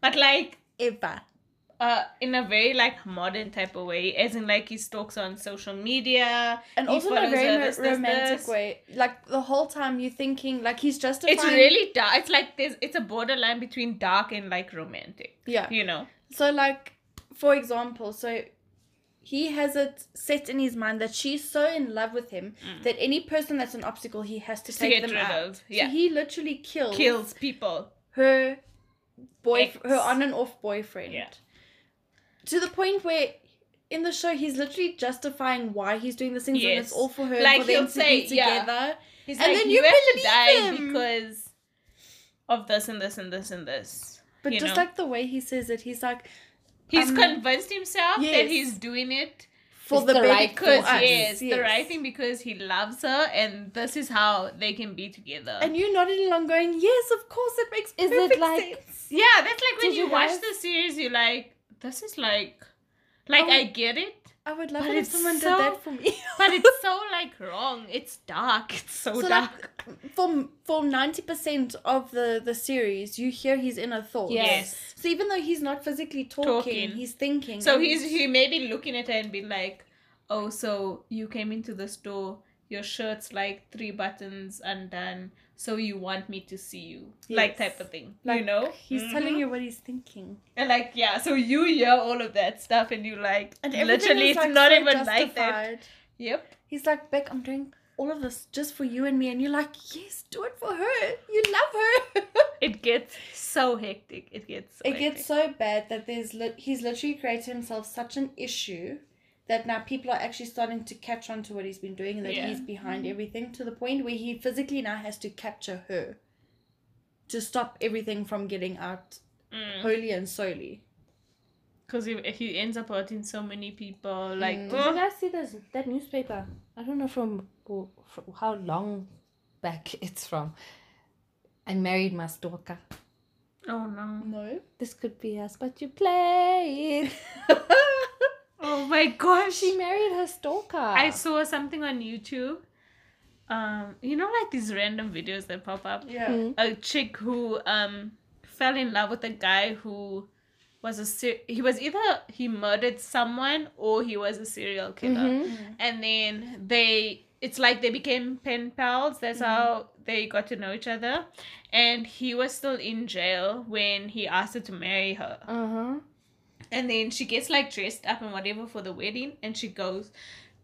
But like ever. uh, in a very like modern type of way, as in like he stalks on social media. And He also in a follows very her ro- this, this, romantic this. way. Like the whole time you're thinking like he's justifying It's really dark. It's like there's it's a borderline between dark and like romantic. Yeah. You know. So, like, for example, so he has it set in his mind that she's so in love with him that any person that's an obstacle, he has to Mm. To take get them rid out. of, yeah. So he literally kills, Kills people. her boy, Ex. her on and off boyfriend. Yeah. To the point where. In the show, he's literally justifying why he's doing these things, and Yes. it's all for her Like, and for them he'll to say, be yeah. together. He's And like, then you, you have to believe die him." because of this and this and this and this. But You just know. like the way he says it, he's like, He's Um, convinced himself that yes. he's doing it "For It's the, the baby, right for because us." yes, the right thing because he loves her and this is how they can be together. And you nodded along, going, "Yes, of course, it makes Is perfect it like sense." yeah, that's like when Did you, you watch guys- the series, you're like, this is like, like Oh. I get it, I would love But it if it's someone so- did that for me. but it's so like wrong. It's dark. It's so, So, like, dark. for for ninety percent of the the series, you hear his inner thoughts. Yes. yes. So even though he's not physically talking, Talking. he's thinking. So and- he's he may be looking at her and be like, "Oh, so you came into the store, your shirt's like three buttons undone, so you want me to see you, like Yes. type of thing, like, you know?" He's telling Mhm. you what he's thinking. and like yeah, so you hear all of that stuff and you like, And everything literally, is, it's like, not so even like that. justified. Yep. He's like, Beck, I'm doing all of this just for you and me, and you're like, yes, do it for her. You love her. It gets so hectic. It gets. So it gets so bad that there's lit he's literally created himself such an issue that now people are actually starting to catch on to what he's been doing and that Yeah. he's behind everything to the point where he physically now has to capture her to stop everything from getting out Mm. wholly and solely. because he, he ends up hurting so many people. Like, oh, Mm. Did you ugh. guys see this, that newspaper? I don't know from, from how long back it's from. I married my stalker. oh no. No. This could be us, but you played. Oh my gosh. she married her stalker. I saw something on YouTube. Um, you know, like these random videos that pop up. Yeah. A chick who um fell in love with a guy who was a ser- he was either he murdered someone or he was a serial killer, Mhm. and then they it's like they became pen pals. That's how they got to know each other, and he was still in jail when he asked her to marry her. Uh-huh. And then she gets like dressed up and whatever for the wedding, and she goes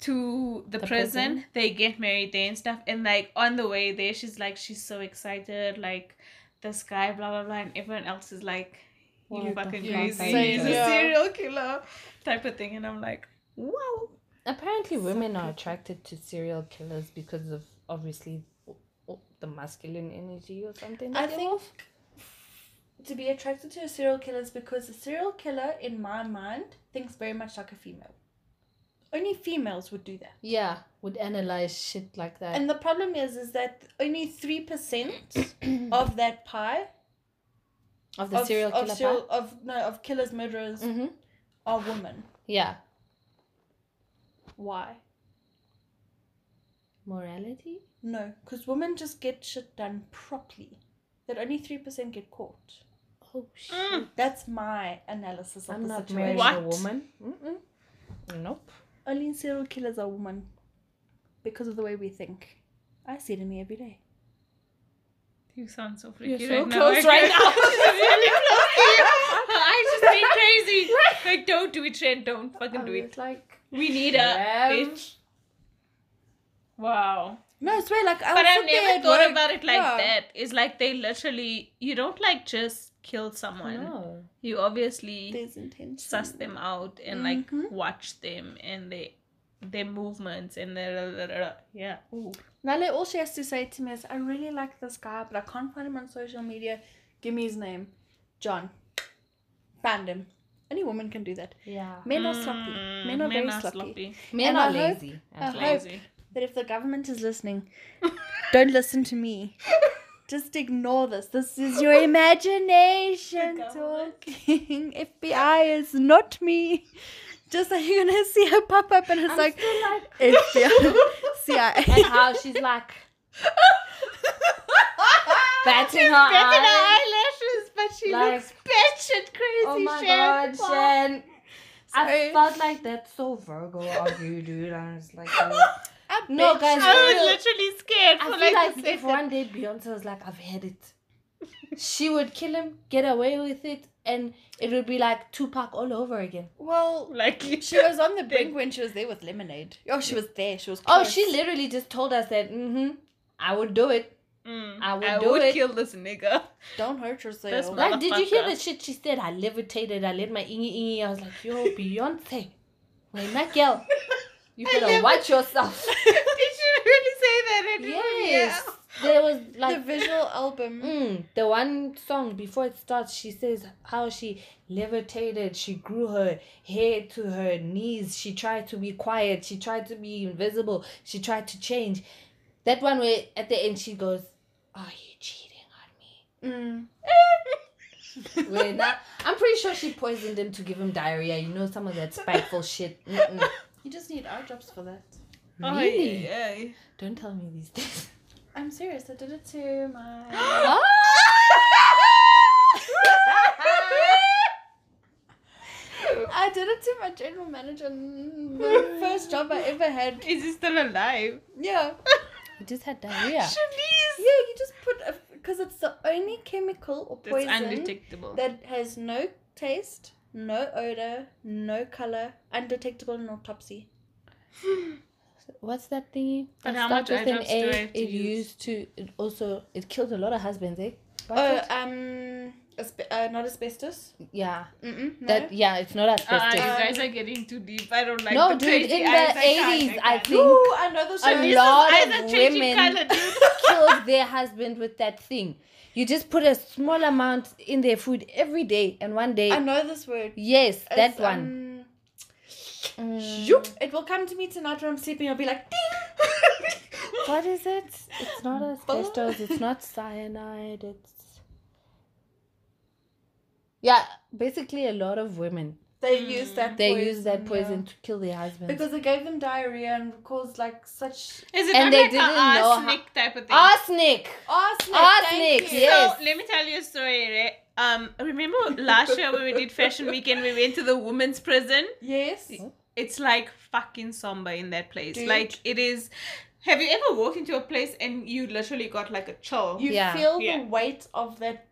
to the, The prison. prison. They get married there and stuff. And like on the way there, she's like, she's so excited, like this guy, blah blah blah, and everyone else is like, you What the fucking fuck crazy, are you he's a doing? serial killer type of thing. And I'm like, wow, Apparently, women are attracted to serial killers because of obviously o- o- the masculine energy or something. I that they think have. to be attracted to a serial killer is because a serial killer in my mind thinks very much like a female. Only females would do that. Yeah, would analyze shit like that. And the problem is, is that only three percent of that pie of the of, serial of killer serial- of no of killers, murderers hmm are women. Yeah. Why? Morality? No, because women just get shit done properly. That only three percent get caught. Oh, shit. Mm. That's my analysis of I'm the not marrying situation. What? a woman. Mm-mm. Nope. Only serial killers are women. because of the way we think. I see it in me every day. You sound so freaky You're so right close now. right now. I just being crazy. Like, don't do it, Shane. Don't fucking do it. It's like We need a Shem. bitch. Wow. No, it's weird. Oh, Like I But was I've sit there never at thought work- about it like yeah. that. It's like they literally, you don't like just kill someone. no. You obviously There's intention. suss them out and like Mhm. watch them and they their movements and their yeah. Ooh. Nale, all she has to say to me is, I really like this guy, but I can't find him on social media. Give me his name. John. Banned him. Any woman can do that. Yeah. Men are sloppy. Mm, Men are very sloppy. Men And are I hope- lazy. I actually. hope Lazy. that if the government is listening, don't listen to me. Just ignore this. This is your imagination The government. talking. FBI is not me. Just that you're gonna see her pop up and it's I'm like still like FBI, CIA. and how she's like batting her eyes. eyelashes, but she Like- batshit crazy. Oh my Shan. god, Shen. I Sorry. felt like that's so Virgo of you, dude. I was like, No, Bitch. guys, I Real. was literally scared I for feel like, like a if second. one day Beyonce was like, I've had it, she would kill him, get away with it, and it would be like Tupac all over again. Well, like She was on the brink when she was there with lemonade. Oh, she was there. She was. Oh, close. she literally just told us that, mm hmm, I would do it. Mm, I would do it. kill this nigga. don't hurt yourself. That's my- Like, did you hear Motherfucker. the shit she said? I levitated, I let my ingy ingy. I was like, yo, Beyonce, when that girl, you I better levi- watch yourself. Did you really say that? I didn't- Yes. yeah. There was the like visual album. Mm, the one song before it starts, she says how she levitated, she grew her hair to her knees, she tried to be quiet, she tried to be invisible, she tried to change. That one where at the end she goes, Are you cheating on Mm. me? Where now, I'm pretty sure she poisoned him to give him diarrhea. You know, some of that spiteful shit. Mm-mm. You just need eye drops for that. Oh, Really? yeah, yeah. Don't tell me these things. I'm serious. I did it to my. Ah! I did it to my general manager. in The first job I ever had. Is he still alive? Yeah. He just had diarrhea. Yeah. Shanice. You just put because it's the only chemical or That's poison undetectable. that has no taste, no odor, no color, undetectable in autopsy. what's that thingy? But that how starts much with an eye drops do I A, have to it use? used to it also it killed a lot of husbands, eh? What's Oh, it? um, asbe- uh, not asbestos. yeah. Mm-mm, no. That yeah, it's not Uh, you asbestos. guys are getting too deep. I don't like no, the dude, crazy in the eyes. I can't, eighties, I, I can't. think Ooh, I know the a show. Lisa's lot eyes of are changing women colour, dude. killed their husband with that thing. You just put a small amount in their food every day, and one day, I know this word. yes, that It's, one. um, Mm, It will come to me tonight when I'm sleeping. I'll be like, what is it? It's not asbestos. it's not cyanide. It's yeah, basically a lot of women they use that. Mm. They poison, use that poison yeah. to kill their husband. because it gave them diarrhea and caused like such Is it And not they like a didn't know how- arsenic type of thing? arsenic. arsenic. Arsenic, thank you. yes. So let me tell you a story. Right? Um, remember last year when we did fashion weekend, we went to the women's prison. Yes. It's like fucking somber in that place. Dude. Like it is. Have you ever walked into a place and you literally got like a chill? You Oh, Yeah. feel Yeah. the weight of that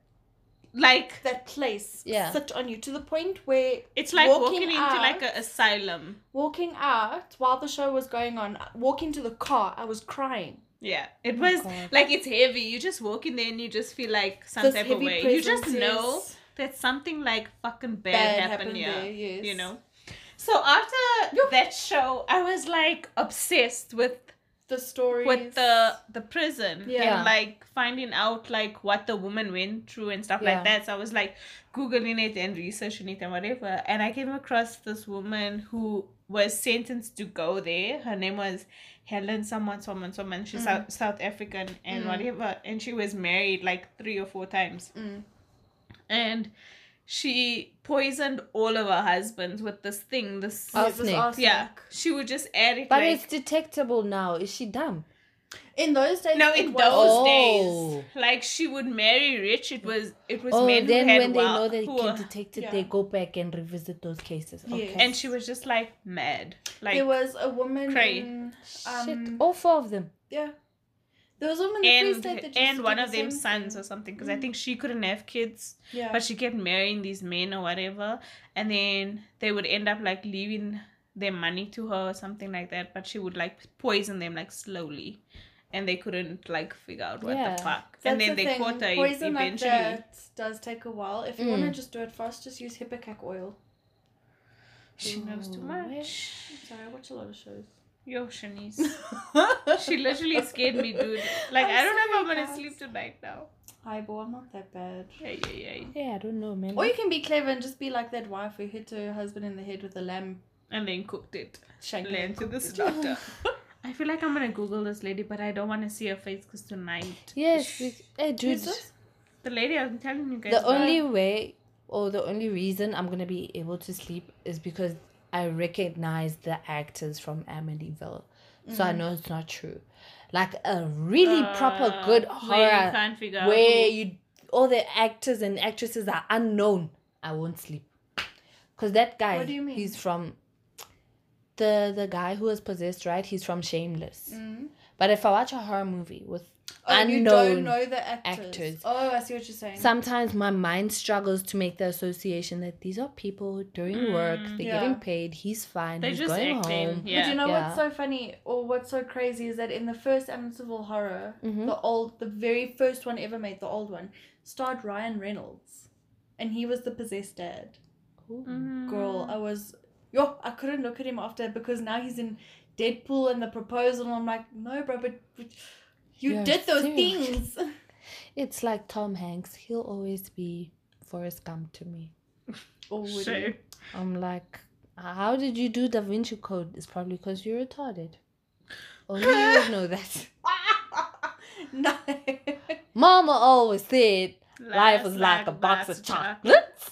like that place Yeah. sit on you to the point where it's like Walking walking, into out. like an asylum. walking out while the show was going on, walking to the car, I was crying. Yeah, Oh it was God. like it's heavy. You just walk in there and you just feel like some This type of heavy way. You just presence know is- that something like fucking bad, Bad happened happened here. there, yes. You know. So after that show, I was like obsessed with The story with the the prison Yeah. and like finding out like what the woman went through and stuff Yeah. like that. So I was like googling it and researching it and whatever. And I came across this woman who was sentenced to go there. Her name was Helen someone someone someone. She's Mm. South, South African and whatever. And she was married like three or four times. Mm. And she poisoned all of her husbands with this thing. This Arsenic. arsenic. yeah. She would just add it. Oh, But like, it's detectable now. Is she dumb? In those days, No, in was- those Oh. days, like she would marry rich. It was it was Oh, men then who had when they wel- know that it who can were- detect it, yeah. they go back and revisit those cases. Yeah. Okay. and she was just like mad. Like there was a woman. Cray. In, Shit, um, all four of them. yeah, there was a woman in the Free and State that used to and do one the of them same sons thing. or something because I think she couldn't have kids, Mm-hmm. Yeah, but she kept marrying these men or whatever, and then they would end up like leaving their money to her or something like that. But she would like poison them like slowly, and they couldn't like figure out what Yeah. the fuck. That's and then the they thing. caught her e- Poison like eventually. that does take a while. If you want to Mm. just do it fast, just use Hippocac oil. She knows too Oh, yeah. much. Sorry, I watch a lot of shows. Yo, Shanice. she literally scared me, dude. Like, I'm I'm I do not know if sorry, I'm gonna guys. sleep tonight now. Hi, boy, I'm not that bad. Yeah, yeah, yeah. Yeah, I don't know, man. Or you can be clever and just be like that wife who hit her husband in the head with a lamb And then cooked it. shank. Land to the slaughter. I feel like I'm gonna Google this lady, but I don't want to see her face because tonight. Yes, it, hey, dude. Who's this? The lady, I'm telling you guys. The about- only way or the only reason I'm gonna be able to sleep is because I recognize the actors from Amityville. So I know it's not true. Like a really proper Uh, good Where you horror can't figure out. where who- you all the actors and actresses are unknown, I won't sleep. Cause that guy What do you mean? he's from the the guy who was possessed, right? He's from Shameless. Mm. But if I watch a horror movie with Oh, unknown you don't know the actors. actors. Oh, I see what you're saying. sometimes my mind struggles to make the association that these are people doing work, Mm, they're yeah. getting paid, he's fine, They're he's just going acting. home. but Yeah. you know yeah. what's so funny or what's so crazy is that in the first Amityville horror, Mhm. the old, the very first one ever made, the old one, starred Ryan Reynolds, and he was the possessed dad. Mm-hmm. Mm. girl. I was yo, I couldn't look at him after because now he's in Deadpool and the proposal. And I'm like, no, bro, but, but you You're did those serious. things. It's like Tom Hanks, he'll always be Forrest Gump to me. Or Oh, would he? Shame. I'm like, how did you do Da Vinci Code? It's probably because you're retarded. Only you would know that. no. Mama always said life is like, a box of chocolates.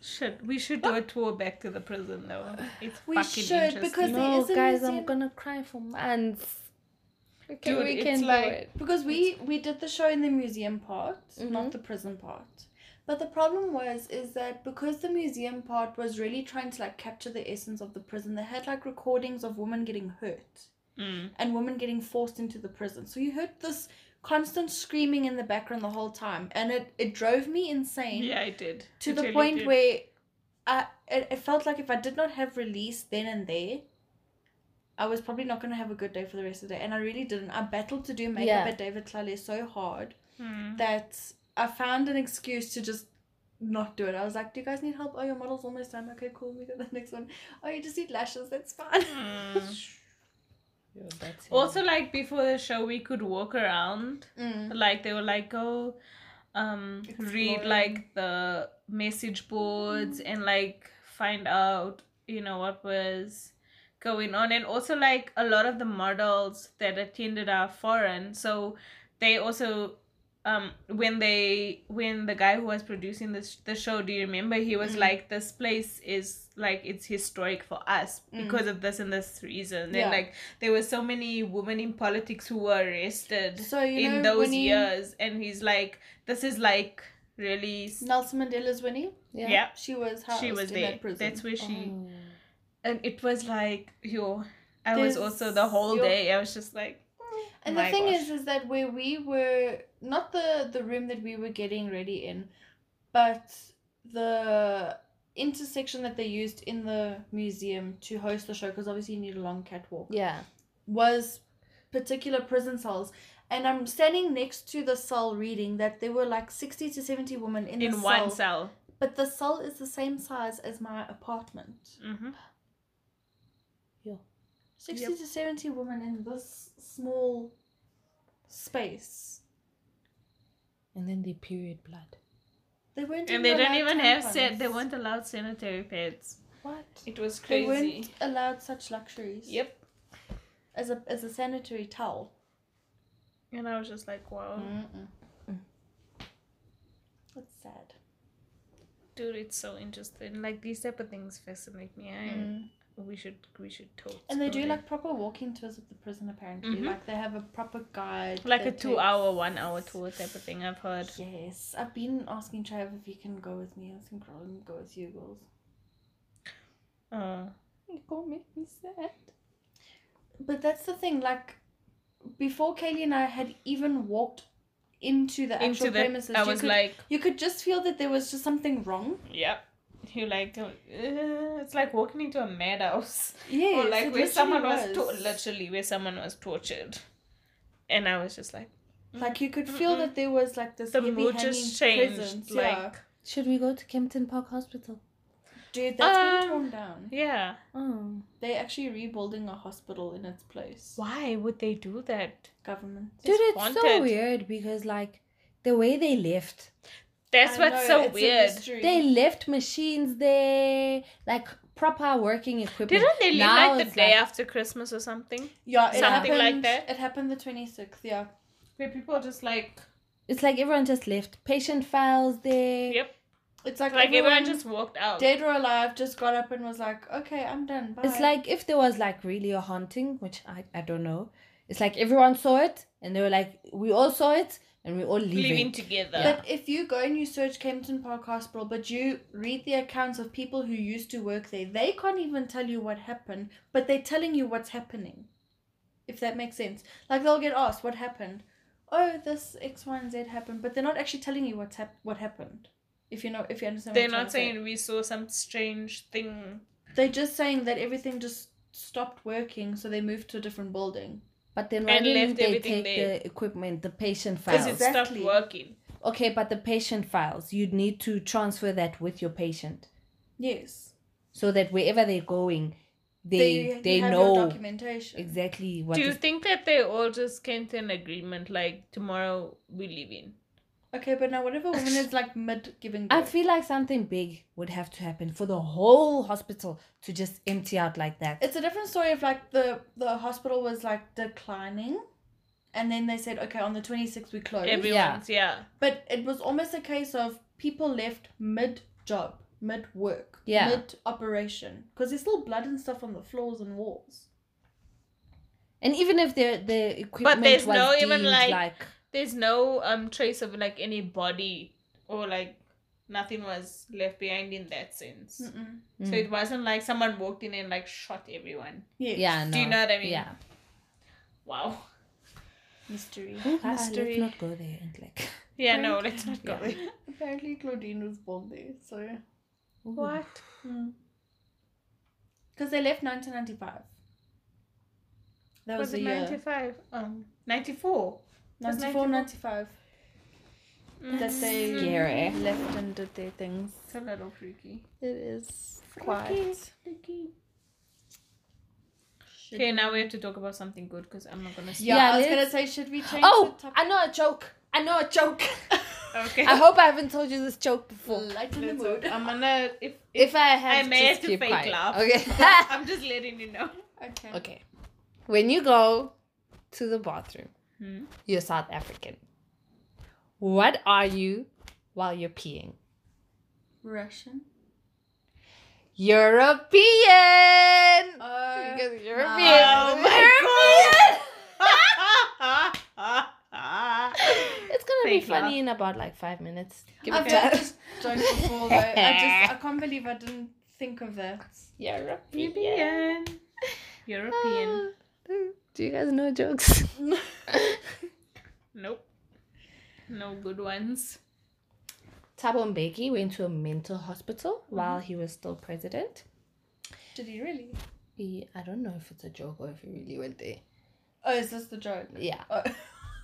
Shit, we should do a tour back to the prison though. It's We fucking should, interesting. because there no, is a guys, I'm museum- gonna cry for months. Okay, Dude, we it's can do like- it. Because we we did the show in the museum part, Mhm. not the prison part. But the problem was is that because the museum part was really trying to like capture the essence of the prison, they had like recordings of women getting hurt. Mm. and women getting forced into the prison. So you heard this constant screaming in the background the whole time, and it, it drove me insane Yeah, I did. to It the really point did. where I it, it felt like if I did not have release then and there, I was probably not going to have a good day for the rest of the day, and I really didn't. I battled to do makeup Yeah. at David Clare so hard Mm. that I found an excuse to just not do it. I was like, "Do you guys need help? Oh, your model's almost done. Okay, cool. We got the next one. Oh, you just need lashes. That's fine." Mm. Yeah, that's it. Also, like before the show, we could walk around. Mm. Like they were like, go, um, read Exploring. like the message boards Mm-hmm. and like find out, you know, what was going on. And also, like a lot of the models that attended are foreign, so they also. Um, when they when the guy who was producing this the show do you remember he was Mm. like this place is like it's historic for us Mm. because of this and this reason Yeah. and like there were so many women in politics who were arrested So you in know, those Winnie- years and he's like this is like really s- Nelson Mandela's Winnie. yeah, She was housed she was in there that prison. that's where she Oh. and it was like yo i was There's also the whole your- day i was just like oh and the my thing gosh. is, is that where we were, not the the room that we were getting ready in, but the intersection that they used in the museum to host the show, because obviously you need a long catwalk, Yeah. was particular prison cells. And I'm standing next to the cell reading that there were like 60 to 70 women in, in the one cell. cell But the cell is the same size as my apartment. mm-hmm. 60 Yep. to 70 women in this small space. And then the period blood. They weren't and they allowed don't even have tampons. said they weren't allowed sanitary pads What? it was They crazy weren't allowed such luxuries. yep As a as a sanitary towel. and i was just like wow Mm-mm. Mm. That's sad. dude it's so interesting like these type of things fascinate me I, Mm. we should we should talk. And they do slowly. like proper walking tours of the prison apparently. Mhm. Like they have a proper guide. like a that two hour, takes- one hour tour type of thing. I've heard. Yes, I've been asking Trav if he can go with me. I think I'll go with you girls. Uh, Go make me sad. But that's the thing. Like before, Kaylee and I had even walked into the actual into premises. the, I you was could- like, you could just feel that there was just something wrong. yep. You like, uh, it's like walking into a madhouse. Yeah, or like where someone was, to- literally where someone was tortured, and I was just like, like you could feel Mm-mm. that there was like this mm, the heavy mood just changed. presence. like, yeah. Should we go to Kempton Park Hospital? dude, that's Um, been torn down. yeah. Oh. They're actually rebuilding a hospital in its place. Why would they do that? Government. Dude, It's it's so haunted. weird because like the way they left, I That's what's know, so it's a weird. mystery. they left machines there, like proper working equipment. Didn't they leave Now like the it's day like- after Christmas or something? yeah, it something like happened- that? It happened the twenty sixth. Yeah. Where people are just like, It's like everyone just left. Patient files there. yep. It's like, Like everyone, everyone, just walked out. dead or alive just got up and was like, okay, I'm done. Bye. It's like if there was like really a haunting, which I, I don't know. It's like everyone saw it and they were like, we all saw it and we're all leaving. living together. But if you go and you search Kempton Park Hospital, but you read the accounts of people who used to work there, they can't even tell you what happened, but they're telling you what's happening. If that makes sense. Like they'll get asked what happened. Oh, this X, Y, and Z happened, but they're not actually telling you what's hap- what happened. If you know, if you understand. what They're I'm trying not to say. saying we saw some strange thing. They're just saying that everything just stopped working, so they moved to a different building. But then why And didn't left they everything take there. the equipment, the patient Because files? it Exactly. stopped working. Okay, but the patient files, you'd need to transfer that with your patient Yes. so that wherever they're going, They, they you they, have your know documentation. exactly what. Do you Is, think that they all just came to an agreement like tomorrow we leave in? Okay, but now whatever woman is like mid giving I birth. feel like something big would have to happen for the whole hospital to just empty out like that. it's a different story if like the the hospital was like declining and then they said okay on the 26th we close Everyone's yeah. but it was almost a case of people left mid job mid work Yeah. mid operation because there's still blood and stuff on the floors and walls And even if the the equipment there's was no even, deemed like- like, There's no um trace of like any body or like nothing was left behind in that sense. Mm-mm. So Mm. it wasn't like someone walked in and like shot everyone. Yes. yeah, no. Do you know what I mean? Yeah. Wow. mystery Ooh, ah, mystery Let's not go there and like. Yeah, no, Right. let's not go Yeah. there. apparently claudine was born there so Ooh. What? because they left 1995 that was, Was the it year 95? Um, 94. was 94 94? 95 that they Mm. Scary. left and did their things It's a little freaky. It is Freaky, freaky. Okay, now we have to talk about something good because I'm not gonna. Sleep. Yeah, Yeah, I was let's- gonna say, should we change Oh, the topic? I know a joke. I know a joke. Okay. I hope I haven't told you this joke before. Lighten the Let's- mood. I'm gonna. If, If I I have, may just have to keep fake quiet. laugh. Okay. I'm just letting you know. Okay. okay. When you go to the bathroom, Hmm. you're South African. What are you while you're peeing? Russian. European. Uh, Because European. Oh my god. It's gonna be Fake laugh. funny in about like five minutes. Give I've it done time. this joke before though. I just I can't believe I didn't think of that. European. European. Ah. European. Ah. Do you guys know jokes? Nope. No good ones. Thabo Mbeki went to a mental hospital while he was still president. Did he really? He, I don't know if it's a joke or if he really went there. Oh, is this the joke? Yeah. Oh.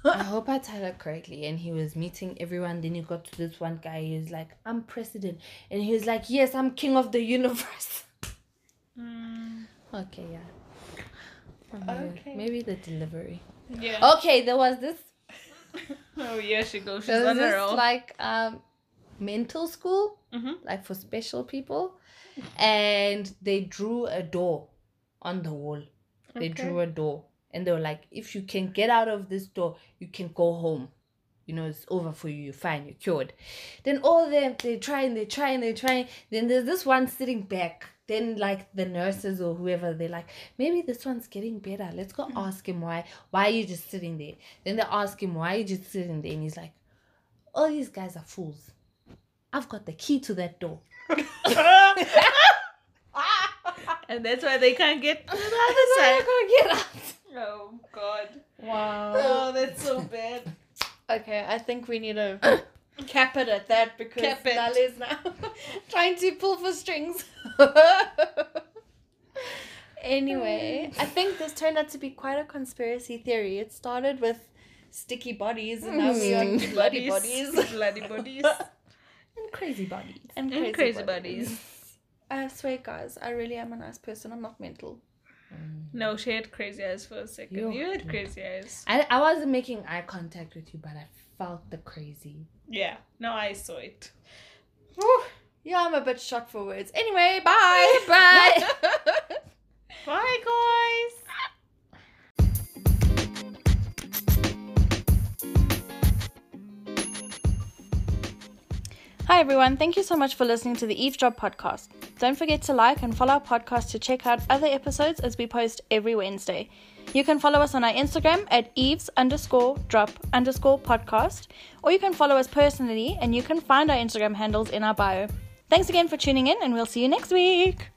I hope I tell it correctly. And he was meeting everyone. Then he got to this one guy. He was like, I'm president. And he was like, Yes, I'm king of the universe. Mm, Okay, yeah. Um, yeah, Okay. Maybe the delivery. yeah. Oh. Okay, there was this yeah, she goes. She's There was on this her own. like um, mental school, Mhm. like for special people, and they drew a door on the wall. They Okay. drew a door, and they were like, "If you can get out of this door, you can go home. You know, it's over for you. You're fine. You're cured." Then all them they try and they try and they try. Then there's this one sitting back. then like the nurses or whoever they're like maybe this one's getting better let's go ask him why why are you just sitting there then they ask him why are you just sitting there and he's like all these guys are fools i've got the key to that door and that's why they can't get to the other That's why side. I can't get out. Oh God! Wow. Oh, that's so bad. Okay, I think we need to cap it at that because Cap it. Lale is now trying to pull for strings. anyway, I think this turned out to be quite a conspiracy theory. It started with sticky bodies and now we are Mm. bloody bodies bloody bodies, and crazy body and crazy, and crazy bodies. bodies. I swear, guys, I really am a nice person. I'm not mental. No, she had crazy eyes for a second. You- You had crazy eyes. I, I wasn't making eye contact with you but i felt the crazy Yeah. No, I saw it. Yeah, I'm a bit shot for words. Anyway, bye. Bye. Bye, guys. Hi, everyone. Thank you so much for listening to the Eavesdrop podcast. Don't forget to like and follow our podcast to check out other episodes as we post every Wednesday. You can follow us on our Instagram at eaves underscore drop underscore podcast, or you can follow us personally and you can find our Instagram handles in our bio. Thanks again for tuning in, and we'll see you next week.